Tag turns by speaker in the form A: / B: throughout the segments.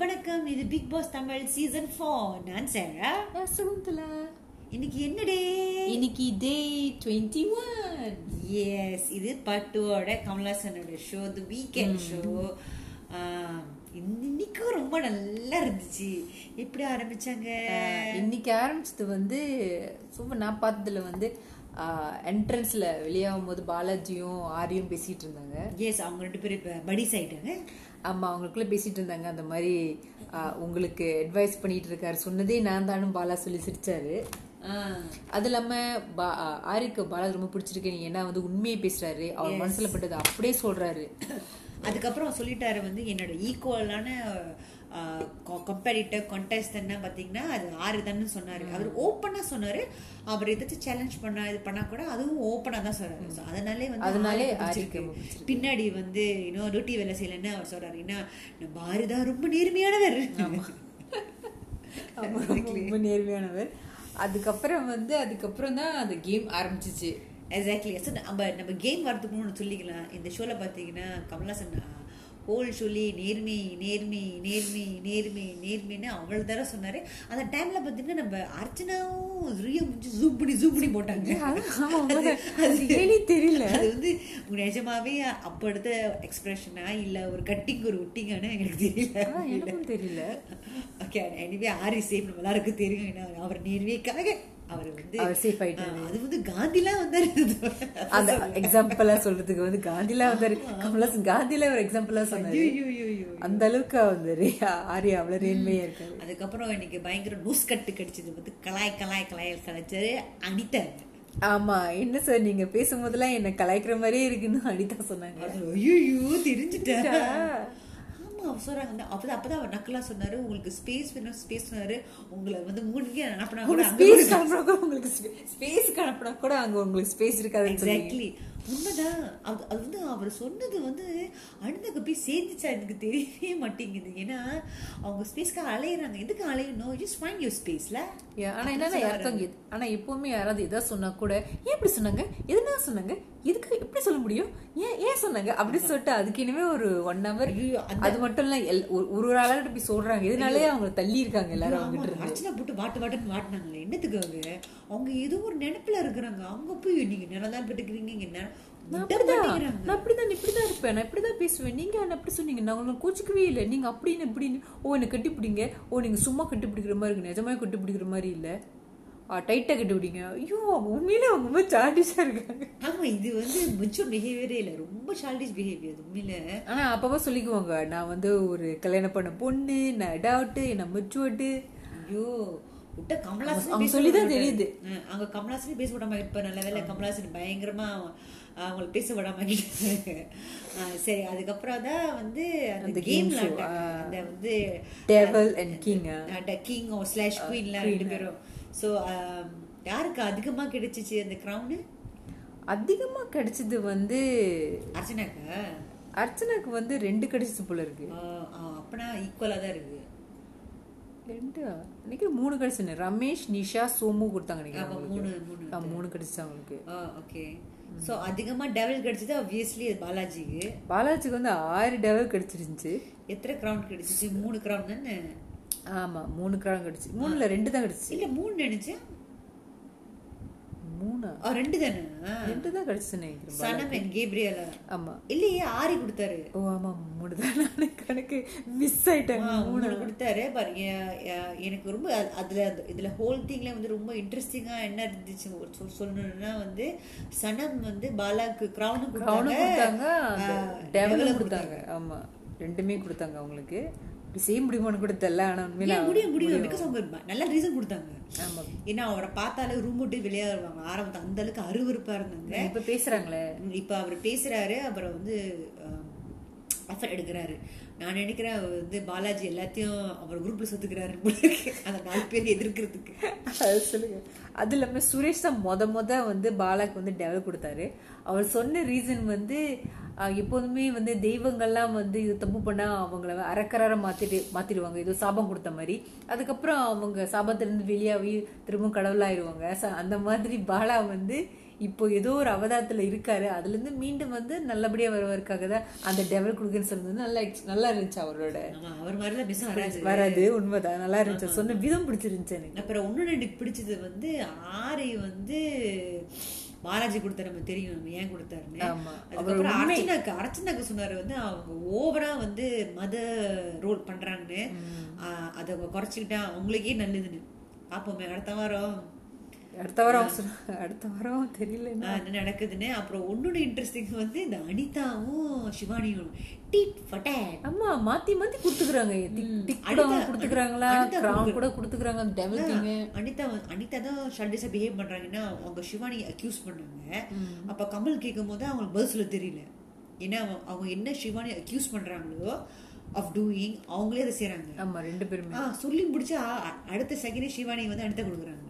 A: வணக்கம் இது Bigg Boss Tamil season four நான் சேரா
B: நான் சகுந்தலா
A: இன்னைக்கு என்ன டே
B: இன்னைக்கு டே டுவெண்ட்டி ஒன்
A: எஸ் இது பட்டுவோட கமலாசனோட ஷோ தி வீக்கெண்ட் ஷோ இன்னைக்கும் ரொம்ப நல்லா இருந்துச்சு எப்படி ஆரம்பிச்சாங்க
B: இன்னைக்கு ஆரம்பிச்சது வந்து சும்மா நான் பார்த்ததுல வந்து என்ட்ரன்ஸ்ல வெளியாகும் போது பாலாஜியும் ஆரியும் பேசிட்டு இருந்தாங்க
A: எஸ் அவங்க ரெண்டு பேரும் இப்போ படிஸ் ஆயிட்டாங்க
B: ஆமா அவங்களுக்குள்ள பேசிட்டு இருந்தாங்க அந்த மாதிரி ஆ, உங்களுக்கு அட்வைஸ் பண்ணிட்டு இருக்காரு சொன்னதே நான் தானும் பாலா சொல்லி சிரிச்சாரு அது இல்லாம பா- ஆ, ஆரிக்கு பாலா ரொம்ப பிடிச்சிருக்கு நீ ஏன்னா வந்து உண்மையை பேசுறாரு அவர் மனசுல பட்டது அப்படியே சொல்றாரு
A: அதுக்கப்புறம் சொல்லிட்டாரு வந்து என்னோட ஈக்குவலான கம்பேரிட்டர் கண்டெஸ்டன்னா பார்த்தீங்கன்னா அது ஆறு தான்னு சொன்னாரு அவர் ஓப்பனாக சொன்னாரு அவர் எதாச்சும் சேலஞ்ச் பண்ணா இது பண்ணா கூட அதுவும் ஓப்பனாக தான் சொன்னாரு So, அதனாலே வந்து
B: அதனாலே
A: ஆறுக்கு
B: ஆரிக்கு
A: பிடிச்சிருக்கு.
B: ரொம்ப பிடிச்சிருக்கு.
A: பின்னாடி வந்து இன்னும் ரொட்டி வேலை செய்யலைன்னு அவர் சொல்றாரு ஏன்னா நம்ம ஆறு தான் ரொம்ப நேர்மையானவர்
B: ஆமா, ரொம்ப ரொம்ப நேர்மையானவர் அதுக்கப்புறம் வந்து அதுக்கப்புறம் தான் அந்த கேம் ஆரம்பிச்சிச்சு
A: எக்ஸாக்ட்லி ஸோ நம்ம நம்ம கேம் வரதுக்கு முன்னாடி சொல்லிக்கலாம் இந்த ஷோவில் பார்த்தீங்கன்னா கமலாசன் ஹோல் சொல்லி நேர்மை நேர்மை நேர்மை நேர்மை நேர்மைன்னு அவ்வளோ தரம் சொன்னார் அந்த டைமில் பார்த்தீங்கன்னா நம்ம அர்ச்சனாவும் ரியா முடிச்சு ஜூம் பண்ணி ஜூம் பண்ணி போட்டாங்க
B: அது- அது ஏனே தெரியல
A: அது வந்து உங்க நிஜமாவே அப்போ எடுத்த எக்ஸ்பிரஷனா இல்லை ஒரு கட்டிங் ஒரு ஒட்டிங்கானு எனக்கு தெரியல
B: ஆனா, எனக்கும் தெரியல
A: ஓகே எனிவே ஆரி சேம் நம்ம எல்லாருக்கும் தெரியும் ஏன்னா அவர் நேர்மைக்காக அவர் வந்து
B: அவர் safe ஆயிட்டாரு.
A: ஆ, அது வந்து காந்திலாம் வந்தாரு
B: அந்த எக்ஸாம்பிளா சொல்றதுக்கு வந்து காந்திலா வந்தாரு கமலாசன் காந்தில ஒரு எக்ஸாம்பிளா சொன்னாரு
A: ஐயோ
B: அந்த அளவுக்கு வந்தாரு ஆரியா அவ்வளவு நேர்மையா இருக்காரு
A: அதுக்கப்புறம் இன்னைக்கு பயங்கர நூஸ் கட்டு கடிச்சது வந்து கலாய் கலாய் கலாய் கலைச்சது அனிதா
B: ஆமா என்ன சார் நீங்க பேசும்போதெல்லாம் என்ன கலாய்க்கிற மாதிரியே இருக்குன்னு அனிதா சொன்னாங்க
A: அது ஐயோ தெரிஞ்சுட்டா
B: தெரிஞ்சுட்டா?
A: ஆமா அவர் சொல்றாங்க அந்த- அப்பதான் அப்பதான் அவர் நக்கலா சொன்னாரு உங்களுக்கு ஸ்பேஸ் வேணும் ஸ்பேஸ் சொன்னாரு உங்களை வந்து மூணுக்கே அனுப்பினா கூட அங்க கூட
B: ஸ்பேஸ் அனுப்பினா கூட உங்களுக்கு ஸ்பேஸ் அனுப்பினா கூட அங்க உங்களுக்கு ஸ்பேஸ் இருக்காதுன்னு சொன்னீங்க
A: எக்ஸாக்ட்லி உண்மைதான் அது அது வந்து அவர் சொன்னது வந்து அனுந்தக்கு போய் சேர்ந்துச்சா எனக்கு தெரியவே மாட்டேங்குது ஏன்னா அவங்க ஸ்பேஸ்க்காக அலையிறாங்க எதுக்கு அலையணும் ஜஸ்ட் ஃபைன் யூர் ஸ்பேஸ்ல
B: Yeah, ஆனா என்னன்னா யாருக்காங்க இது- ஆனா எப்பவுமே யாராவது எதா சொன்னா கூட ஏன் இப்படி சொன்னாங்க எதுனா சொன்னாங்க இதுக்கு எப்படி சொல்ல முடியும் ஏன் ஏன் சொன்னாங்க அப்படின்னு சொல்லிட்டு அதுக்கு இனிமே ஒரு ஒன் ஹவர்
A: ஐயோ, அந்த-
B: அது மட்டும் இல்ல எல்- ஒரு ஒரு ஒரு ஆளாட்ட போய் சொல்றாங்க இதனாலே அவங்க தள்ளி இருக்காங்க எல்லாரும்
A: ஆமா,
B: அவங்கிட்ட இருந்து
A: அர்ச்சனா போட்டு வாட்டு வாட்டுன்னு வாட்டினாங்களே என்னத்துக்கு அவங்க அவங்க ஏதோ ஒரு நினைப்புல இருக்கிறாங்க அவங்க போய் நீங்க நிலதான் பெற்றுக்கிறீங்க இங்க நில-
B: நான்
A: விட
B: அப்படிதான்
A: மாட்டேங்கிறாங்க.
B: நான் இப்படிதான் இப்படிதான் இருப்பேன் நான் இப்படிதான் பேசுவேன் நீங்க என்ன அப்படி சொன்னீங்க நான் உங்களுக்கு கோச்சிக்கவே இல்லை நீங்க அப்படின்னு இப்படின்னு ஓ என்ன கட்டிப்பிடிங்க ஓ நீங்க சும்மா கட்டிப்பிடிக்கிற மாதிரி இருக்கு நிஜமாவே கட்டிப்பிடிக்கிற மாதிரி இல்ல டைட்டா கட்டிப்பிடிங்க ஐயோ அவங்க உண்மையிலே அவங்க ரொம்ப சாண்டிஷா இருக்காங்க
A: ஆமா இது வந்து மெச்சூர் பிஹேவியரே இல்ல ரொம்ப ஷால்டிஷ் பிஹேவியர் உண்மையில
B: ஆனா அப்பப்போ சொல்லிக்குவாங்க நான் வந்து ஒரு கல்யாணம் பண்ண பொண்ணு நான் அடாப்ட் நான் மெச்சுவட்டு
A: ஐயோ விட்டா கமலாசன்
B: அவங்க
A: பேச
B: சொல்லிதான்
A: விட மாட்டாரு.
B: தெரியுது.
A: அஹ், அவங்க கமலாசன் பேச விடாம இப்ப நல்ல வேலை கமலாசன் பயங்கரமா அஹ், அவங்களை பேச விடாம ஆக்கிட்டாங்க. அஹ், சரி அதுக்கப்புறம் தான் வந்து அந்த
B: அந்த
A: கேம்
B: game show, ஆ.
A: அந்த வந்து
B: table and king
A: king O slash குயின்லாம் ரெண்டு பேரும் ஸோ um, யாருக்கு அதிகமா கிடைச்சிச்சு அந்த கிரவுனு
B: அதிகமா கிடைச்சது வந்து
A: அர்ச்சனாக்கா
B: அர்ச்சனாக்கு வந்து ரெண்டு கிடைச்சது போல இருக்கு
A: Oh, அப்பனா ஈக்குவலாக தான் இருக்கு
B: ரெண்டு நினைக்கிறேன் மூணு கிடைச்சு ரமேஷ் நிஷா சோமு கொடுத்தாங்க நினைக்கிறேன்
A: ஆமா,
B: அவங்களுக்கு.
A: மூணு, மூணு.
B: ஆ, மூணு கிடைச்சது அவங்களுக்கு
A: ஓகே ஸோ அதிகமா டெவல் கிடைச்சது obviously அது பாலாஜிக்கு
B: பாலாஜிக்கு வந்து ஆறு டேவல் கிடைச்சிருந்துச்சு
A: எத்தனை கிரவுண்ட் கிடைச்சிச்சு மூணு கிரவுண்ட் தானே
B: ஆமா மூணு கிராம் கிடைச்சு மூணுல ரெண்டு தான் கிடைச்சு
A: இல்ல மூணு நினைச்சேன்
B: மூணா
A: ஆ, ரெண்டு தானே
B: ரெண்டு தான் கிடைச்சுன்னு நினைக்கிறேன்
A: சனம் அண்ட் கேப்ரியலா
B: ஆமா
A: இல்லையே ஆரி கொடுத்தாரு
B: ஓ ஆமா மூணு தான் நான் கணக்கு மிஸ் ஆயிட்டேன்
A: ஆ, மூணு கொடுத்தாரு பாரு எ- எ- எனக்கு ரொம்ப அது- அதுல அந்த- இதுல ஹோல் திங்ல வந்து ரொம்ப இன்ட்ரெஸ்டிங்கா என்ன இருந்துச்சு ஒரு சொல் சொல்லணும்னா வந்து சனம் வந்து பாலாக்கு கிரவுன்
B: கவுனு கொடுத்தாங்க அந்த டெவலும் கொடுத்தாங்க
A: கொடுத்தாங்க
B: ஆமா ரெண்டுமே கொடுத்தாங்க அவங்களுக்கு இப்படி செய்ய முடியுமான்னு கூட தெரியல ஆனா உண்மையில
A: ஏன் முடியும் முடியும் பிகாஸ் அவங்க ம- நல்ல ரீசன் கொடுத்தாங்க
B: ஆமா
A: ஏன்னா அவரை பார்த்தாலே ரூம் விட்டு வெளியே வருவாங்க ஆரம்பத்தை அந்த அளவுக்கு அருவருப்பா இருந்தாங்க
B: இப்ப பேசுறாங்களே
A: இப்போ அவர் பேசுறாரு அப்புறம் வந்து அஃபர் எடுக்கிறாரு நான் நினைக்கிறேன் அவர் வந்து பாலாஜி எல்லாத்தையும் அவர் குரூப்ல சொத்துக்கிறாரு போல இருக்கு. அந்த நாலு பேர் எதிர்க்கிறதுக்கு
B: அது சொல்லுங்க அது இல்லாம சுரேஷ் தான் மொத மொத வந்து பாலாக்கு வந்து டெவலப் கொடுத்தாரு அவர் சொன்ன ரீசன் வந்து ஆஹ், எப்போதுமே வந்து தெய்வங்கள்லாம் வந்து இது தப்பு பண்ணா அவங்கள அறக்கறார மாத்திட்டு மாத்திடுவாங்க ஏதோ சாபம் கொடுத்த மாதிரி அதுக்கப்புறம் அவங்க சாபத்திலிருந்து வெளியாகி திரும்பவும் கடவுளாயிருவாங்க So, அந்த மாதிரி பாலா வந்து இப்போ ஏதோ ஒரு அவதாரத்துல இருக்காரு அதுல இருந்து மீண்டும் வந்து நல்லபடியா வருவதற்காக தான் அந்த டெவல் குடுக்குன்னு சொன்னது நல்லா நல்லா இருந்துச்சு அவரோட
A: ஆமா அவர் மாதிரிலாம் மிஸ் வராது
B: வராது உண்மைதான் நல்லா இருந்துச்சு சொன்ன விதம் பிடிச்சிருந்துச்சு எனக்கு
A: அப்புறம் இன்னொன்று எனக்கு பிடிச்சது வந்து ஆரி வந்து பாலாஜி கொடுத்த நம்ம தெரியும் நம்ம ஏன் கொடுத்தாருன்னு
B: ஆமா.
A: அதுக்கப்புறம் அர்ச்சனாக்கு அர்ச்சனாக்கு சொன்னாரு வந்து அவங்க ஓவரா வந்து மத ரோல் பண்றாங்கன்னு ஆஹ் அதை அவங்க குறைச்சிக்கிட்டா அவங்களுக்கே நல்லதுன்னு பார்ப்போமே அடுத்த வாரம்
B: அடுத்த வாரம் சொல்ல- அடுத்த வாரம் தெரியல
A: ஆஹ் என்ன நடக்குதுன்னு அப்புறம் ஒன்னொன்று இன்ட்ரெஸ்டிங் வந்து இந்த அனிதாவும் சிவானியும் டீட் ஃபட்டேட்
B: ஆமா மாத்தி மாத்தி குடுத்துக்கறாங்க டிக் டிக் கூட
A: அடுத்த-
B: குடுத்துக்கறாங்களா
A: அடுத்த
B: கிராம் கூட குடுத்துக்கறாங்க டெவல் திங்க
A: அனிதா வந்து- அனிதா தான் ஷல்டிஸா பிஹேவ் பண்றாங்கன்னா அவங்க சிவானி அக்யூஸ் பண்ணாங்க அப்ப கமல் கேட்கும்போது அவங்களுக்கு பதில் சொல்ல தெரியல ஏன்னா அவங்க- அவங்க என்ன சிவானி அக்யூஸ் பண்றாங்களோ ஆஃப் டூயிங் அவங்களே அதை செய்றாங்க
B: ஆமா ரெண்டு பேருமே
A: ஆ சொல்லி முடிச்சா அ- அடுத்த செகண்ட் சிவானி வந்து அனிதா கொடுக்குறாங்க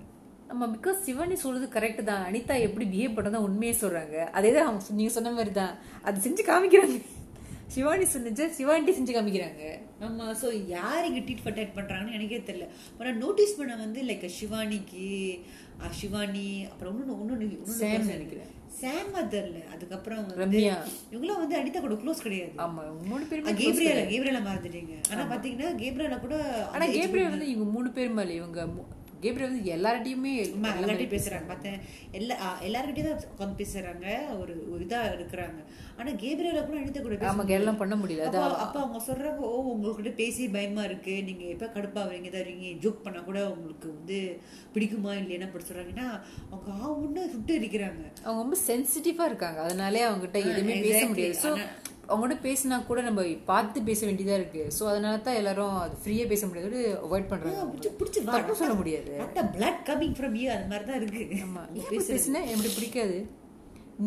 B: ஆமா பிகாஸ் சிவானி சொல்றது கரெக்ட் தான் அனிதா எப்படி பிஹேவ் பண்ணதா உண்மையே சொல்றாங்க அதே தான் அவங்க சொ- நீங்க சொன்ன மாதிரி தான் அது செஞ்சு காமிக்கிறாங்க சிவானி சொன்னது சிவானி செஞ்சு காமிக்கிறாங்க
A: ஆமா ஸோ யார் இங்கே ட்ரீட் ஃபட்டாக் பண்ணுறாங்கன்னு எனக்கே தெரியல ஆனால் நோட்டீஸ் பண்ண வந்து லைக் ஷிவானிக்கு ஆ, ஷிவானி அப்புறம் இன்னொன்று இன்னொன்று
B: Sam நினைக்கிறேன்.
A: சேமா தெரில அதுக்கப்புறம் வந்து
B: ரம்யா
A: இவங்களாம் வந்து அனிதா கூட க்ளோஸ் கிடையாது
B: ஆமா இவங்க மூணு பேருமே
A: ஆ, கேப்ரியல கேப்ரியல மறந்துட்டீங்க ஆனா பாத்தீங்கன்னா கேப்ரியல கூட
B: ஆனா கேப்ரியல் வந்து இவங்க மூணு பேரும் மேல இவங்க மூ- கேப்ரியல் வந்து எல்லார்ட்டையுமே
A: அம்மா எல்லார்ட்டையும் பேசுறாங்க பார்த்தேன் எல்லா ஆ, எல்லார்கிட்டயும் தான் உட்காந்து பேசுறாங்க ஒரு இதா இருக்கிறாங்க ஆனா கேப்ரியல கூட அனிதா கூட பேச
B: நமக்கு எல்லாம் பண்ண முடியல
A: அப்போ அப்போ அவங்க சொல்றாங்க ஓ உங்ககிட்ட பேசி பயமா இருக்கு நீங்க எப்ப கடுப்பாவீங்க தருவீங்க ஜோக் பண்ணா கூட உங்களுக்கு வந்து பிடிக்குமா இல்லையா அப்படி சொல்றாங்கன்னா அவங்க ஆ ஒண்ணு சுட்டு இருக்கிறாங்க
B: அவங்க ரொம்ப சென்சிட்டிவா இருக்காங்க அதனாலே அவங்ககிட்ட எதுவுமே பேச
A: exactly.
B: முடியாது ஸோ அவங்ககிட்ட பேசினா கூட நம்ம பார்த்து பேச வேண்டியதா இருக்கு ஸோ அதனால தான் எல்லாரும் அது ஃப்ரீயா பேச முடியாது அவாய்ட் பண்றாங்க
A: பிடிச்சு பிடிச்சு வா
B: தப்பு சொல்ல முடியாது
A: அத்த பிளட் கமிங் ஃப்ரம் யூ அது மாதிரி தான் இருக்கு
B: ஆமா பேசினா எனக்கு பிடிக்காது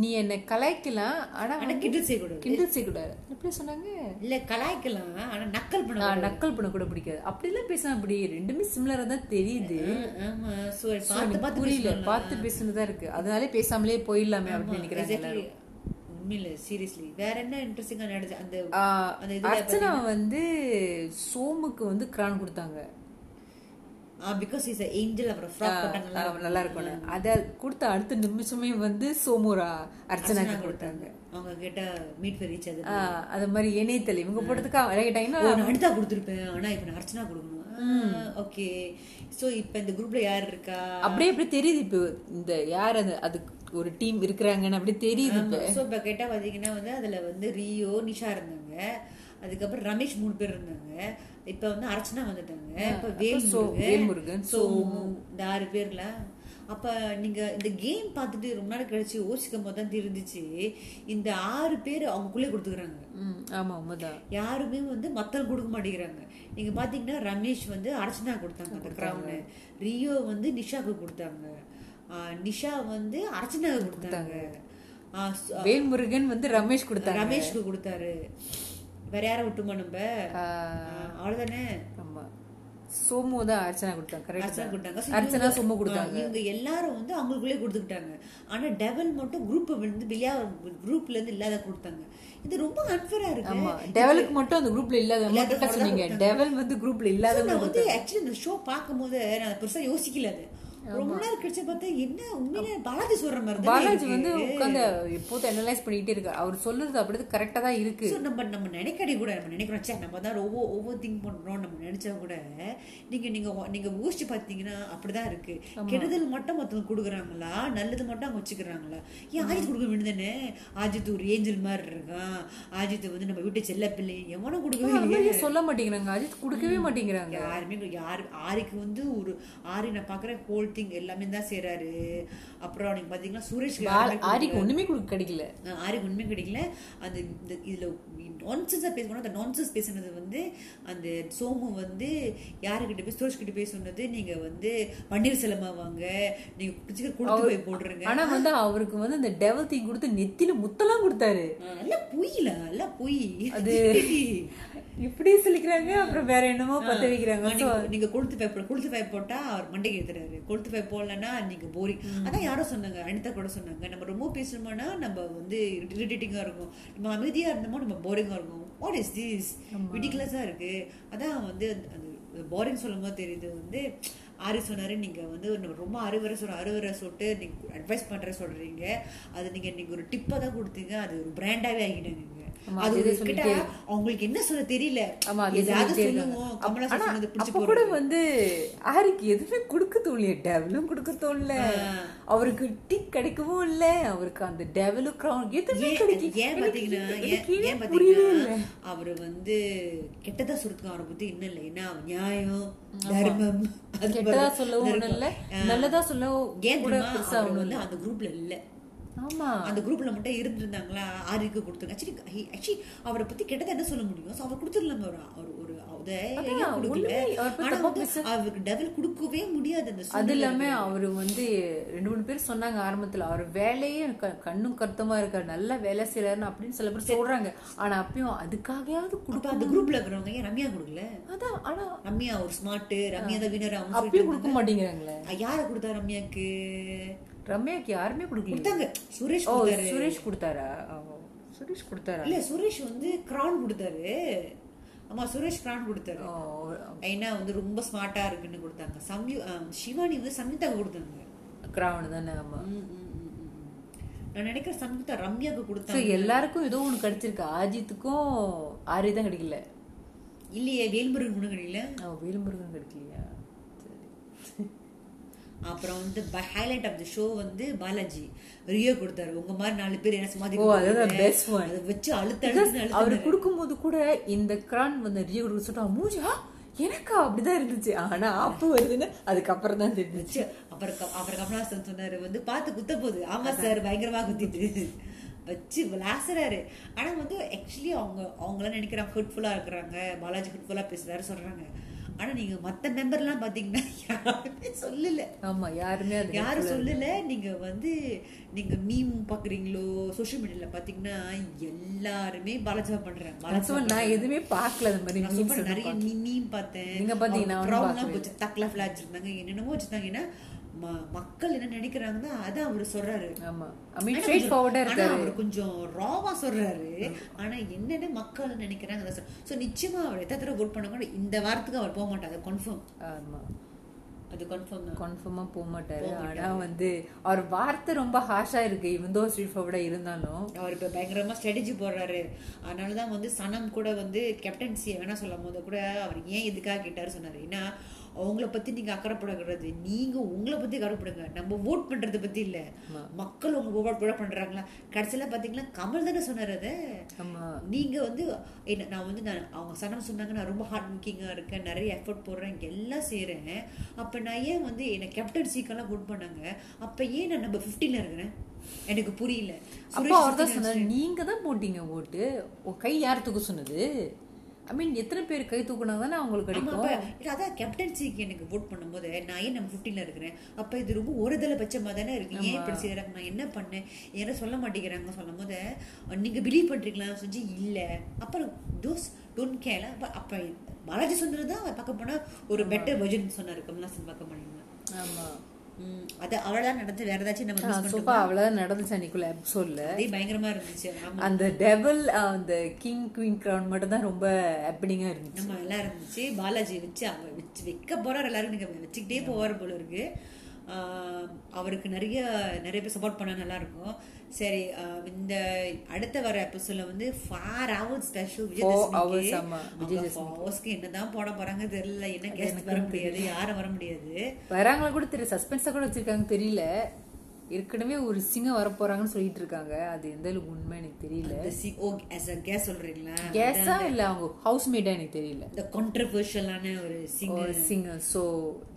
B: நீ என்னை கலாய்க்கலாம் ஆனா
A: ஆனா கிண்டல் செய்யக்கூடாது
B: கிண்டல் செய்யக்கூடாது எப்படி சொன்னாங்க
A: இல்ல கலாய்க்கலாம் ஆனா நக்கல் பண்ண
B: நான் நக்கல் பண்ண கூட பிடிக்காது அப்படிலாம் பேசினா அப்படி ரெண்டுமே சிமிலரா தான் தெரியுது
A: ஆ, ஆமா சோ பார்த்து பார்த்து
B: புரியல
A: பேசலாம்.
B: பார்த்து பேசுனதா இருக்கு அதனாலே பேசாமலே போயிடலாமே அப்படின்னு நினைக்கிறாங்க எல்லாரும்.
A: Exactly. உண்மையில சீரியஸ்லி வேற என்ன இன்ட்ரெஸ்டிங்கா நடந்துச்சு அந்த
B: ஆஹ்
A: அந்த இதுல
B: அர்ச்சனா வந்து சோமுக்கு வந்து கிரான் கொடுத்தாங்க
A: பிகாஸ் இஸ் ஏஞ்சல் அப்புறம் ஃப்ராக் போட்டாங்கல்ல
B: ஆஹ் நல்லா இருக்கும் அத கொடுத்த அடுத்த நிமிஷமே வந்து சோமுரா அர்ச்சனாக்கு கொடுத்தாங்க
A: அவங்க கிட்ட மீட் ஃபார் ரீச் அது
B: ஆஹ் அது மாதிரி இணையத்தல் இவங்க போட்டதுக்கு அவங்க கேட்டாங்கன்னா
A: நான் அனிதா கொடுத்துருப்பேன் ஆனா இப்ப நான் அர்ச்சனா கொடுக்கணும் ஓகே சோ இப்ப இந்த குரூப்ல யார் இருக்கா
B: அப்படியே அப்படியே தெரியுது இப்போ இந்த யார் அது அதுக்கு ஒரு டீம் இருக்கிறாங்கன்னு அப்படியே தெரியுது இப்போ
A: சோ இப்ப கேட்டா பாத்தீங்கன்னா வந்து அதுல வந்து ரியோ நிஷா இருந்தாங்க அதுக்கப்புறம் ரமேஷ் மூணு பேர் இருந்தாங்க இப்ப வந்து அர்ச்சனா வந்துட்டாங்க இப்ப வேல்
B: சோ வேல்முருகன்
A: சோ இந்த ஆறு பேர்ல அப்ப நீங்க இந்த கேம் பார்த்துட்டு ரொம்ப நாள் கழிச்சு யோசிக்கும் போது தான் தெரிஞ்சிச்சு இந்த ஆறு பேர் அவங்களுக்குள்ளே கொடுத்துக்கிறாங்க
B: ம், ஆமா உண்மைதான்
A: யாருமே வந்து மத்தவங்க கொடுக்க மாட்டேங்கிறாங்க நீங்க பாத்தீங்கன்னா ரமேஷ் வந்து அர்ச்சனா கொடுத்தாங்க அந்த கிரவுனு ரியோ வந்து நிஷாக்கு கொடுத்தாங்க ஆஹ் நிஷா வந்து அர்ச்சனாக்கு கொடுத்தாங்க ஆஹ் சு-
B: வேல்முருகன் வந்து ரமேஷ் கொடுத்தாங்க
A: ரமேஷ்க்கு கொடுத்தாரு வேற யாரை விட்டுமா நம்ம
B: ஆஹ்
A: ஆஹ் அவ்வளவுதானே
B: ஆமா சோமு தான் அர்ச்சனா கொடுத்தாங்க
A: அர்ச்சனா
B: கரெக்ட்
A: கொடுத்தாங்க So
B: அர்ச்சனா
A: இவங்க-
B: சோமு கொடுத்தாங்க
A: ஆஹ் இவங்க எல்லாரும் வந்து அவங்களுக்குள்ளே கொடுத்துக்கிட்டாங்க ஆனா டெவல் மட்டும் குரூப் வந்து வெளியா குரூப்ல இருந்து இல்லாத கொடுத்தாங்க இது ரொம்ப அன்ஃபேரா இருக்கு
B: ஆமா டெவலுக்கு மட்டும் அந்த குரூப்ல இல்லாத
A: இல்லாத
B: மட்டும் தான் சொன்னீங்க டெவல் வந்து குரூப்ல இல்லாத
A: நான் வந்து ஆக்சுவலி இந்த ஷோ பார்க்கும்போது நான் பெருசா யோசிக்கல அது ரொம்ப நேரம் கழிச்சு பார்த்தா என்ன உண்மையில பாலாஜி சொல்ற மாதிரி தான்
B: பாலாஜி
A: இருக்கு.
B: வந்து உட்காந்து எப்போது அனலைஸ் பண்ணிட்டே இருக்காரு அவர் சொல்றது அப்படியே கரெக்டா தான் இருக்கு
A: So, நம்ம நம்ம நினைக்கடி கூட நம்ம நினைக்கிறோம் சே நம்ம தான் ஒவ்வொரு ஒவ்வொரு திங்க் பண்றோம் நம்ம நினைச்சா கூட நீங்க நீங்க உ- நீங்க ஊசிச்சு பார்த்தீங்கன்னா அப்படிதான் இருக்கு கெடுதல் மட்டும் மத்தவங்க கொடுக்குறாங்களா நல்லது மட்டும் அவங்க வச்சுக்கிறாங்களா ஏன் ஆஜித் கொடுக்க வேண்டியதானே ஆஜித் ஒரு ஏஞ்சல் மாதிரி இருக்கான் ஆஜித் வந்து நம்ம வீட்டு செல்ல பிள்ளை எவனும் கொடுக்கவே
B: அந்த
A: இல்லையா
B: மாதிரி சொல்ல மாட்டேங்கிறாங்க அஜித் கொடுக்கவே மாட்டேங்கிறாங்க
A: யாருமே இங்க- யாரு ஆரிக்கு வந்து ஒரு ஆரி நான் பாக்குற ஹோல் திங் எல்லாமே தான் செய்றாரு அப்புறம் நீங்க பாத்தீங்கன்னா சுரேஷ்
B: ஆரிக்கு ஒண்ணுமே கொடுக்க கிடைக்கல
A: ஆரிக்கு உண்மை கிடைக்கல அந்த இந்த இதுல நான்சென்ஸா பேசணும் அந்த நான்சென்ஸ் பேசுனது வந்து அந்த சோமு வந்து யாருக்கிட்ட போய் சுரேஷ் கிட்ட போய் சொன்னது நீங்க வந்து பன்னீர் செலமா வாங்க நீங்க பிடிச்சிக்க கொடுத்து போய் போடுறீங்க
B: ஆனா வந்து அவருக்கு வந்து அந்த டெவல் தீ கொடுத்து நெத்தில முத்தெல்லாம் கொடுத்தாரு
A: எல்லாம் பொய்ல எல்லாம் பொய் அது
B: இப்படி சொல்லிக்கிறாங்க அப்புறம் வேற என்னமோ பத்த வைக்கிறாங்க
A: நீங்க நீங்க கொளுத்து பை போ- கொளுத்து பை போட்டா அவர் மண்டைக்கு ஏத்துறாரு கொளுத்து பை போடலன்னா நீங்க போரிங் அதான் யாரோ சொன்னாங்க அனிதா கூட சொன்னாங்க நம்ம ரொம்ப பேசணும்னா நம்ம வந்து இரிட்டேட்டிங்கா இருக்கும் நம்ம அமைதியா இருந்தோமோ நம்ம போரிங்கா இருக்கும் வாட் இஸ் திஸ் ridiculous-ஆ இருக்கு அதான் வந்து அந்த போரிங் சொல்லும் போது தெரியுது வந்து ஆரி சொன்னாரு நீங்க வந்து ஒரு ரொம்ப அறுவரை சொல்ற அறுவரை சொல்லிட்டு நீங்க அட்வைஸ் பண்ற சொல்றீங்க அது நீங்க நீங்க ஒரு டிப்பா தான் கொடுத்தீங்க அது ஒரு பிராண்டாவே ஆகிட்டாங்க
B: ஆமா,
A: அது
B: அது
A: ஒரு
B: சொல்லிட்டே
A: கிட்ட அவங்களுக்கு என்ன சொல்ல தெரியல
B: ஆமா அது
A: ஏதாவது
B: சொல்லிட்டே இருக்காங்க.
A: சொல்லுவோம் கமலா
B: ஆனா,
A: சொன்னது பிடிச்சு
B: அப்ப கூட
A: போடுறது.
B: வந்து ஆருக்கு எதுவுமே கொடுக்க தோணலையே டெவலும் கொடுக்க தோணல அவருக்கு டிக் கிடைக்கவும் இல்ல அவருக்கு அந்த டெவலும் கிரவுண்ட் எதுவுமே
A: ஏன்
B: கிடைக்கல
A: ஏன்
B: எனக்கு
A: பாத்தீங்கன்னா
B: இது-
A: ஏன்
B: எனக்கு
A: ஏன்
B: ஏன் புரியவே இல்ல
A: பாத்தீங்கன்னா அவர் வந்து கெட்டதா சுருக்கம் அவரை பத்தி இன்னும் இல்லை ஏன்னா அவர் நியாயம் தர்மம் அது
B: கெட்டதா
A: பாரு,
B: சொல்லவும் ஒண்ணும்
A: தர்மம்.
B: இல்ல
A: ஆ.
B: நல்லதா சொல்லவும்
A: ஏன்
B: கூட
A: தெரியுமா?
B: பெருசா
A: அவர்
B: ஒண்ணும்
A: வந்து
B: இல்ல.
A: அந்த குரூப்ல இல்ல
B: ஆமா
A: அந்த குரூப்ல மட்டும் இருந்திருந்தாங்களா ஆரிக்கு கொடுத்துருங்க ஆக்சுவலி ஆக்சுவலி அவரை பத்தி கெட்டதா என்ன சொல்ல முடியும் ஸோ அவர் கொடுத்துடலாம் ஒரு அவர் ஒரு அதை
B: அதான்,
A: ஏன் கொடுக்கல
B: உண்மை. அவர் இப்ப
A: ஆனா
B: தப்பா
A: வந்து அவருக்கு டெவல் கொடுக்கவே முடியாது அந்த
B: அது
A: சூழ்நிலை.
B: இல்லாம அவரு வந்து ரெண்டு மூணு பேர் சொன்னாங்க ஆரம்பத்துல அவர் வேலையே க- கண்ணும் கருத்தமா இருக்காரு நல்லா வேலை செய்யறாருன்னு அப்படின்னு சில பேர் சொல்றாங்க ஆனா அப்பயும் அதுக்காகயாவது
A: அப்ப
B: கொடுப்பா
A: அந்த குரூப்ல இருக்கிறவங்க ஏன் ரம்யா கொடுக்கல
B: அதான் ஆனா
A: ரம்யா ஒரு ஸ்மார்ட் ரம்யா தான் வினர் அவங்க
B: அப்பயும்
A: சொல்லிட்டு
B: கொடுக்க மாட்டேங்கிறாங்களே
A: இருந்தாங்க. யார கொடுத்தா ரம்யாக்கு
B: ரம்யாக்கு யாருமே கொடுக்கல
A: கொடுத்தாங்க சுரேஷ்
B: ஓ
A: கொடுத்தாரு
B: சுரேஷ் கொடுத்தாரா ஓ, சுரேஷ் கொடுத்தாரா
A: இல்ல சுரேஷ் வந்து கிரான் கொடுத்தாரு ஆமா சுரேஷ் கிரான் கொடுத்தாரு
B: ஓ,
A: ஏன்னா வந்து ரொம்ப ஸ்மார்ட்டா இருக்குன்னு கொடுத்தாங்க சம்யு ஆ, சிவானி வந்து சம்யுதாவுக்கு கொடுத்தாங்க
B: கிராவன் தானே ஆமா
A: ம், ம், ம், ம், ம். நான் நினைக்கிறேன் சம்யுதா ரம்யாக்கு
B: சோ
A: கொடுத்தாங்க
B: எல்லாருக்கும் ஏதோ ஒண்ணு கிடைச்சிருக்கு ஆஜித்துக்கும் ஆரி தான் கிடைக்கல
A: இல்லையே வேல்முருகன் குணங்களில
B: அவன் வேலுமுருகன் கிடைக்கலையா சரி.
A: அப்புறம் வந்து ஹைலைட் ஆஃப் த ஷோ வந்து பாலாஜி ரியோ கொடுத்தாரு உங்க மாதிரி நாலு பேர் என்ன சும்மா
B: ஓ, அதுதான் best one.
A: அதை வச்சு அழுத்த
B: Because
A: அழுத்து
B: அவரு
A: அழுத்து
B: கொடுக்கும்போது கூட இந்த கிரான் வந்து ரியோ கொடுக்க சொல்லிட்டு மூஜா எனக்கா அப்படிதான் இருந்துச்சு ஆனா ஆப்பு வருதுன்னு அதுக்கப்புறம் தான் தெரிஞ்சிச்சு
A: வச்சு அப்புறம் க- அப்புறம் கமலஹாசன் சொன்னாரு வந்து பார்த்து குத்த போகுது ஆமா சார் பயங்கரமா குத்திட்டு வச்சு விளாசுறாரு ஆனா வந்து ஆக்சுவலி அவங்க அவங்களாம் நினைக்கிறாங்க ஹர்ட்ஃபுல்லா இருக்கிறாங்க பாலாஜி ஹர்ட்ஃபுல்லா பேசுறாரு சொல்றாங்க ஆனா நீங்க மத்த மெம்பர்லாம் பாத்தீங்கன்னா யாருமே சொல்லல
B: ஆமா யாருமே அது
A: யாரும் சொல்லல நீங்க வந்து நீங்க மீம் பாக்குறீங்களோ சோஷியல் மீடியால பாத்தீங்கன்னா எல்லாருமே பாலாஜா பண்றாங்க பாலாஜா
B: actually நான் எதுவுமே பார்க்கல அந்த மாதிரி
A: நான்
B: memes
A: super
B: எதுவும்
A: நிறைய
B: பார்க்கல.
A: மீம் பார்த்தேன்
B: நீங்க பார்த்தீங்களா? நான் ஒண்ணும்
A: ப்ரௌன்லாம்
B: பார்க்கவே
A: வச்சு தக்கலா ஃபிளாக் வச்சிருந்தாங்க என்னென்னமோ வச்சிருந்தாங்க ஏன்னா ம- மக்கள் என்ன நினைக்கிறாங்கன்னா அதான் அவர் சொல்றாரு
B: ஆமா ஐ மீன்
A: ஆனா
B: ஸ்ட்ரைட்
A: கொஞ்சம்-
B: ஃபார்வர்டா
A: ஆனா
B: இருக்காரு
A: அவர் கொஞ்சம் ராவா சொல்றாரு ஆனா என்னன்னு மக்கள் நினைக்கிறாங்க அதான் சொல்றாரு. So நிச்சயமா அவர் எத்தனை தடவை vote பண்ணாங்க இந்த வாரத்துக்கு அவர் போக மாட்டார் கன்ஃபார்ம்
B: ஆமா
A: அது கன்ஃபார்ம் தான்
B: கன்ஃபார்மா போக மாட்டாரு ஆனா வந்து அவர் வார்த்தை ரொம்ப ஹாஷா இருக்கு இவந்தோ ஸ்ட்ரீட் ஃபார்வர்டா இருந்தாலும்
A: அவர் இப்போ பயங்கரமா ஸ்ட்ராட்டஜி போடுறாரு அதனால தான் வந்து சனம் கூட வந்து கேப்டன்சியை வேணா சொல்லும் போது கூட அவர் ஏன் இதுக்காக கேட்டாரு சொன்னாரு ஏன்னா அவங்கள பத்தி நீங்க அக்கறைப்படக்கூடாது நீங்க உங்களை பத்தி அக்கறைப்படுங்க நம்ம ஓட் பண்றது பத்தி இல்ல
B: ஆமா.
A: மக்கள் உங்க ஓட் கூட பண்றாங்களா கடைசியில பாத்தீங்கன்னா கமல் தானே சொன்னாரு அதை
B: ஆமா
A: நீங்க வந்து என்ன நான் வந்து நான் அவங்க சனம் சொன்னாங்க நான் ரொம்ப ஹார்ட் ஒர்க்கிங்கா இருக்கேன் நிறைய எஃபர்ட் போடுறேன் இங்க எல்லாம் செய்றேன் அப்ப நான் ஏன் வந்து என்ன கேப்டன்சிக்கெல்லாம் கோட் பண்ணாங்க அப்ப ஏன் நான் நம்ம 15 ல இருக்கிறேன் எனக்கு புரியல
B: அப்பா
A: சுரேஷ்
B: அவர் தான்
A: சுத்தின
B: சொன்னாரு நீங்க தான் போட்டீங்க ஓட்டு உன் கை யார் தூக்க சொன்னது ஐ மீன் எத்தனை பேர் கை தூக்குனா தானே
A: ஆமா,
B: அவங்களுக்கு கிடைக்கும்
A: அப்ப இல்ல, அதான் கேப்டன்சிக்கு எனக்கு vote பண்ணும்போது நான் ஏன் number 15 ல இருக்கிறேன் அப்ப இது ரொம்ப ஒருதலை பட்சமா தானே இருக்கு ஏன் இப்படி செய்யறாங்க நான் என்ன பண்ணேன் யாரும் சொல்ல மாட்டேங்கிறாங்க சொல்லும் போது நீங்க பிலீவ் பண்றீங்களா சொல்லி இல்ல அப்ப தோஸ் டோன்ட் கேர் அப்ப பாலாஜி சுந்தர் தான் பார்க்க போனா ஒரு பெட்டர் வெர்ஜன் சொன்னாரு கமல்ஹாசன் பார்க்க போனீங்கன்னா
B: ஆமா
A: ம், அது அவளா நடந்து வேற ஏதாச்சும் நம்ம miss
B: சோஃபா
A: பண்ணிட்டோம்
B: அவ்வளவுதான் நடந்துச்சு அன்னைக்குள்ள எபிசோட்ல
A: அதே பயங்கரமா இருந்துச்சு ஆமா
B: அந்த டெவல் அந்த கிங் குயின் கிரவுன் மட்டும் தான் ரொம்ப ஹாப்பினிங்கா இருந்துச்சு
A: நம்ம நல்லா இருந்துச்சு பாலாஜி வச்சு அவ வச்சு வைக்க போறார் எல்லாரும் நீங்க வச்சுக்கிட்டே போவார் போல இருக்கு ஆஹ் அவருக்கு நிறைய நிறைய பேர் சப்போர்ட் பண்ணா நல்லா இருக்கும் சரி ஆஹ் இந்த அடுத்த வர எபிசோட்ல வந்து four hours special
B: Four hours, ஆமா, விஜய்
A: ஹவர்ஸ்க்கு என்னதான் போட போறாங்க தெரியல என்ன கெஸ்ட் வர முடியாது யாரும் வர முடியாது
B: வராங்களா கூட தெரியல சஸ்பென்ஸா கூட வச்சிருக்காங்க தெரியல ஏற்கனவே ஒரு சிங்கம் வர போறாங்கன்னு சொல்லிட்டு இருக்காங்க அது எந்த அளவுக்கு உண்மை எனக்கு தெரியல
A: இந்த C O oh, as a guest சொல்றீங்களா
B: கேஸா இல்ல அவங்க ஹவுஸ் மேடா எனக்கு தெரியல
A: இந்த கான்ட்ரவர்ஷியலான ஒரு
B: ஒரு
A: சிங்கர்
B: சிங்கம் சோ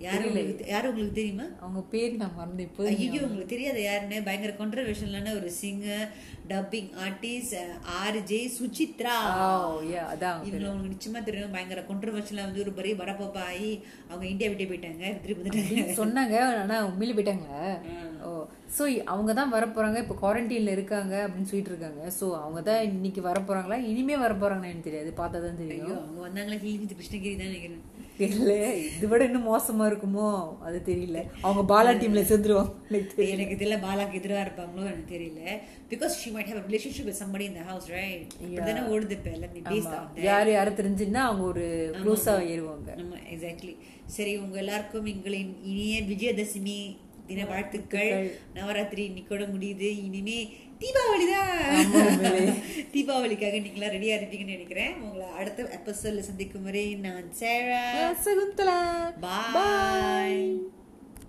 A: யாரும் உங்களுக்கு தெ- யாரும் உங்களுக்கு தெரியுமா
B: அவங்க பேர் நான் மறந்து இப்போ
A: ஐயோ உங்களுக்கு தெரியாது யாருன்னு பயங்கர கான்ட்ரவர்ஷனலான ஒரு singer dubbing artist R J Suchitra
B: Oh, yeah, அதான் அவங்க
A: இவங்க உங்களுக்கு நிச்சயமா தெரியும் பயங்கர கான்ட்ரவர்ஷனலா வந்து ஒரு பெரிய வரப்போப்பா ஆகி அவங்க இந்தியா விட்டு போயிட்டாங்க திருப்பி வந்துட்டாங்க
B: சொன்னாங்க ஆனா உண்மையில போயிட்டாங்க ஓ சோ அவங்க தான் வர போறாங்க இப்போ குவாரண்டைன்ல இருக்காங்க அப்படின்னு சொல்லிட்டு இருக்காங்க சோ அவங்க தான் இன்னைக்கு வர போறாங்களா இனிமே வர போறாங்களா எனக்கு தெரியாது பார்த்தா தான் தெரியும்
A: ஐயோ அவங்க வந்தாங்களா ஹீலிந்து கிருஷ்ணகிரி தான் நினைக்கிறேன்
B: தெரியல இது விட இன்னும் மோசமா இருக்குமோ அது தெரியல அவங்க பாலா டீம்ல சேர்ந்துருவாங்க
A: எனக்கு தெரியல பாலாக்கு எதிராக இருப்பாங்களோ எனக்கு தெரியல because she might have relationship with somebody இந்த ஹவுஸ் ரைட் இப்படிதானே ஓடுது இப்போ எல்லாம் நீ பேசுதா
B: யார் யாரும் தெரிஞ்சுன்னா அவங்க ஒரு க்ளோஸா ஏறுவாங்க
A: நம்ம எக்ஸாக்ட்லி சரி உங்க எல்லாருக்கும் எங்களின் இனிய விஜயதசமி தின வாழ்த்துக்கள் நவராத்திரி இன்னைக்கோட முடியுது இனிமே தீபாவளி தான் தீபாவளிக்காக நீங்களா ரெடியா இருப்பீங்கன்னு நினைக்கிறேன் உங்களை அடுத்த எபிசோட்ல சந்திக்கும் வரை நான் சேரா
B: சகுந்தலா
A: Bye.
B: Bye.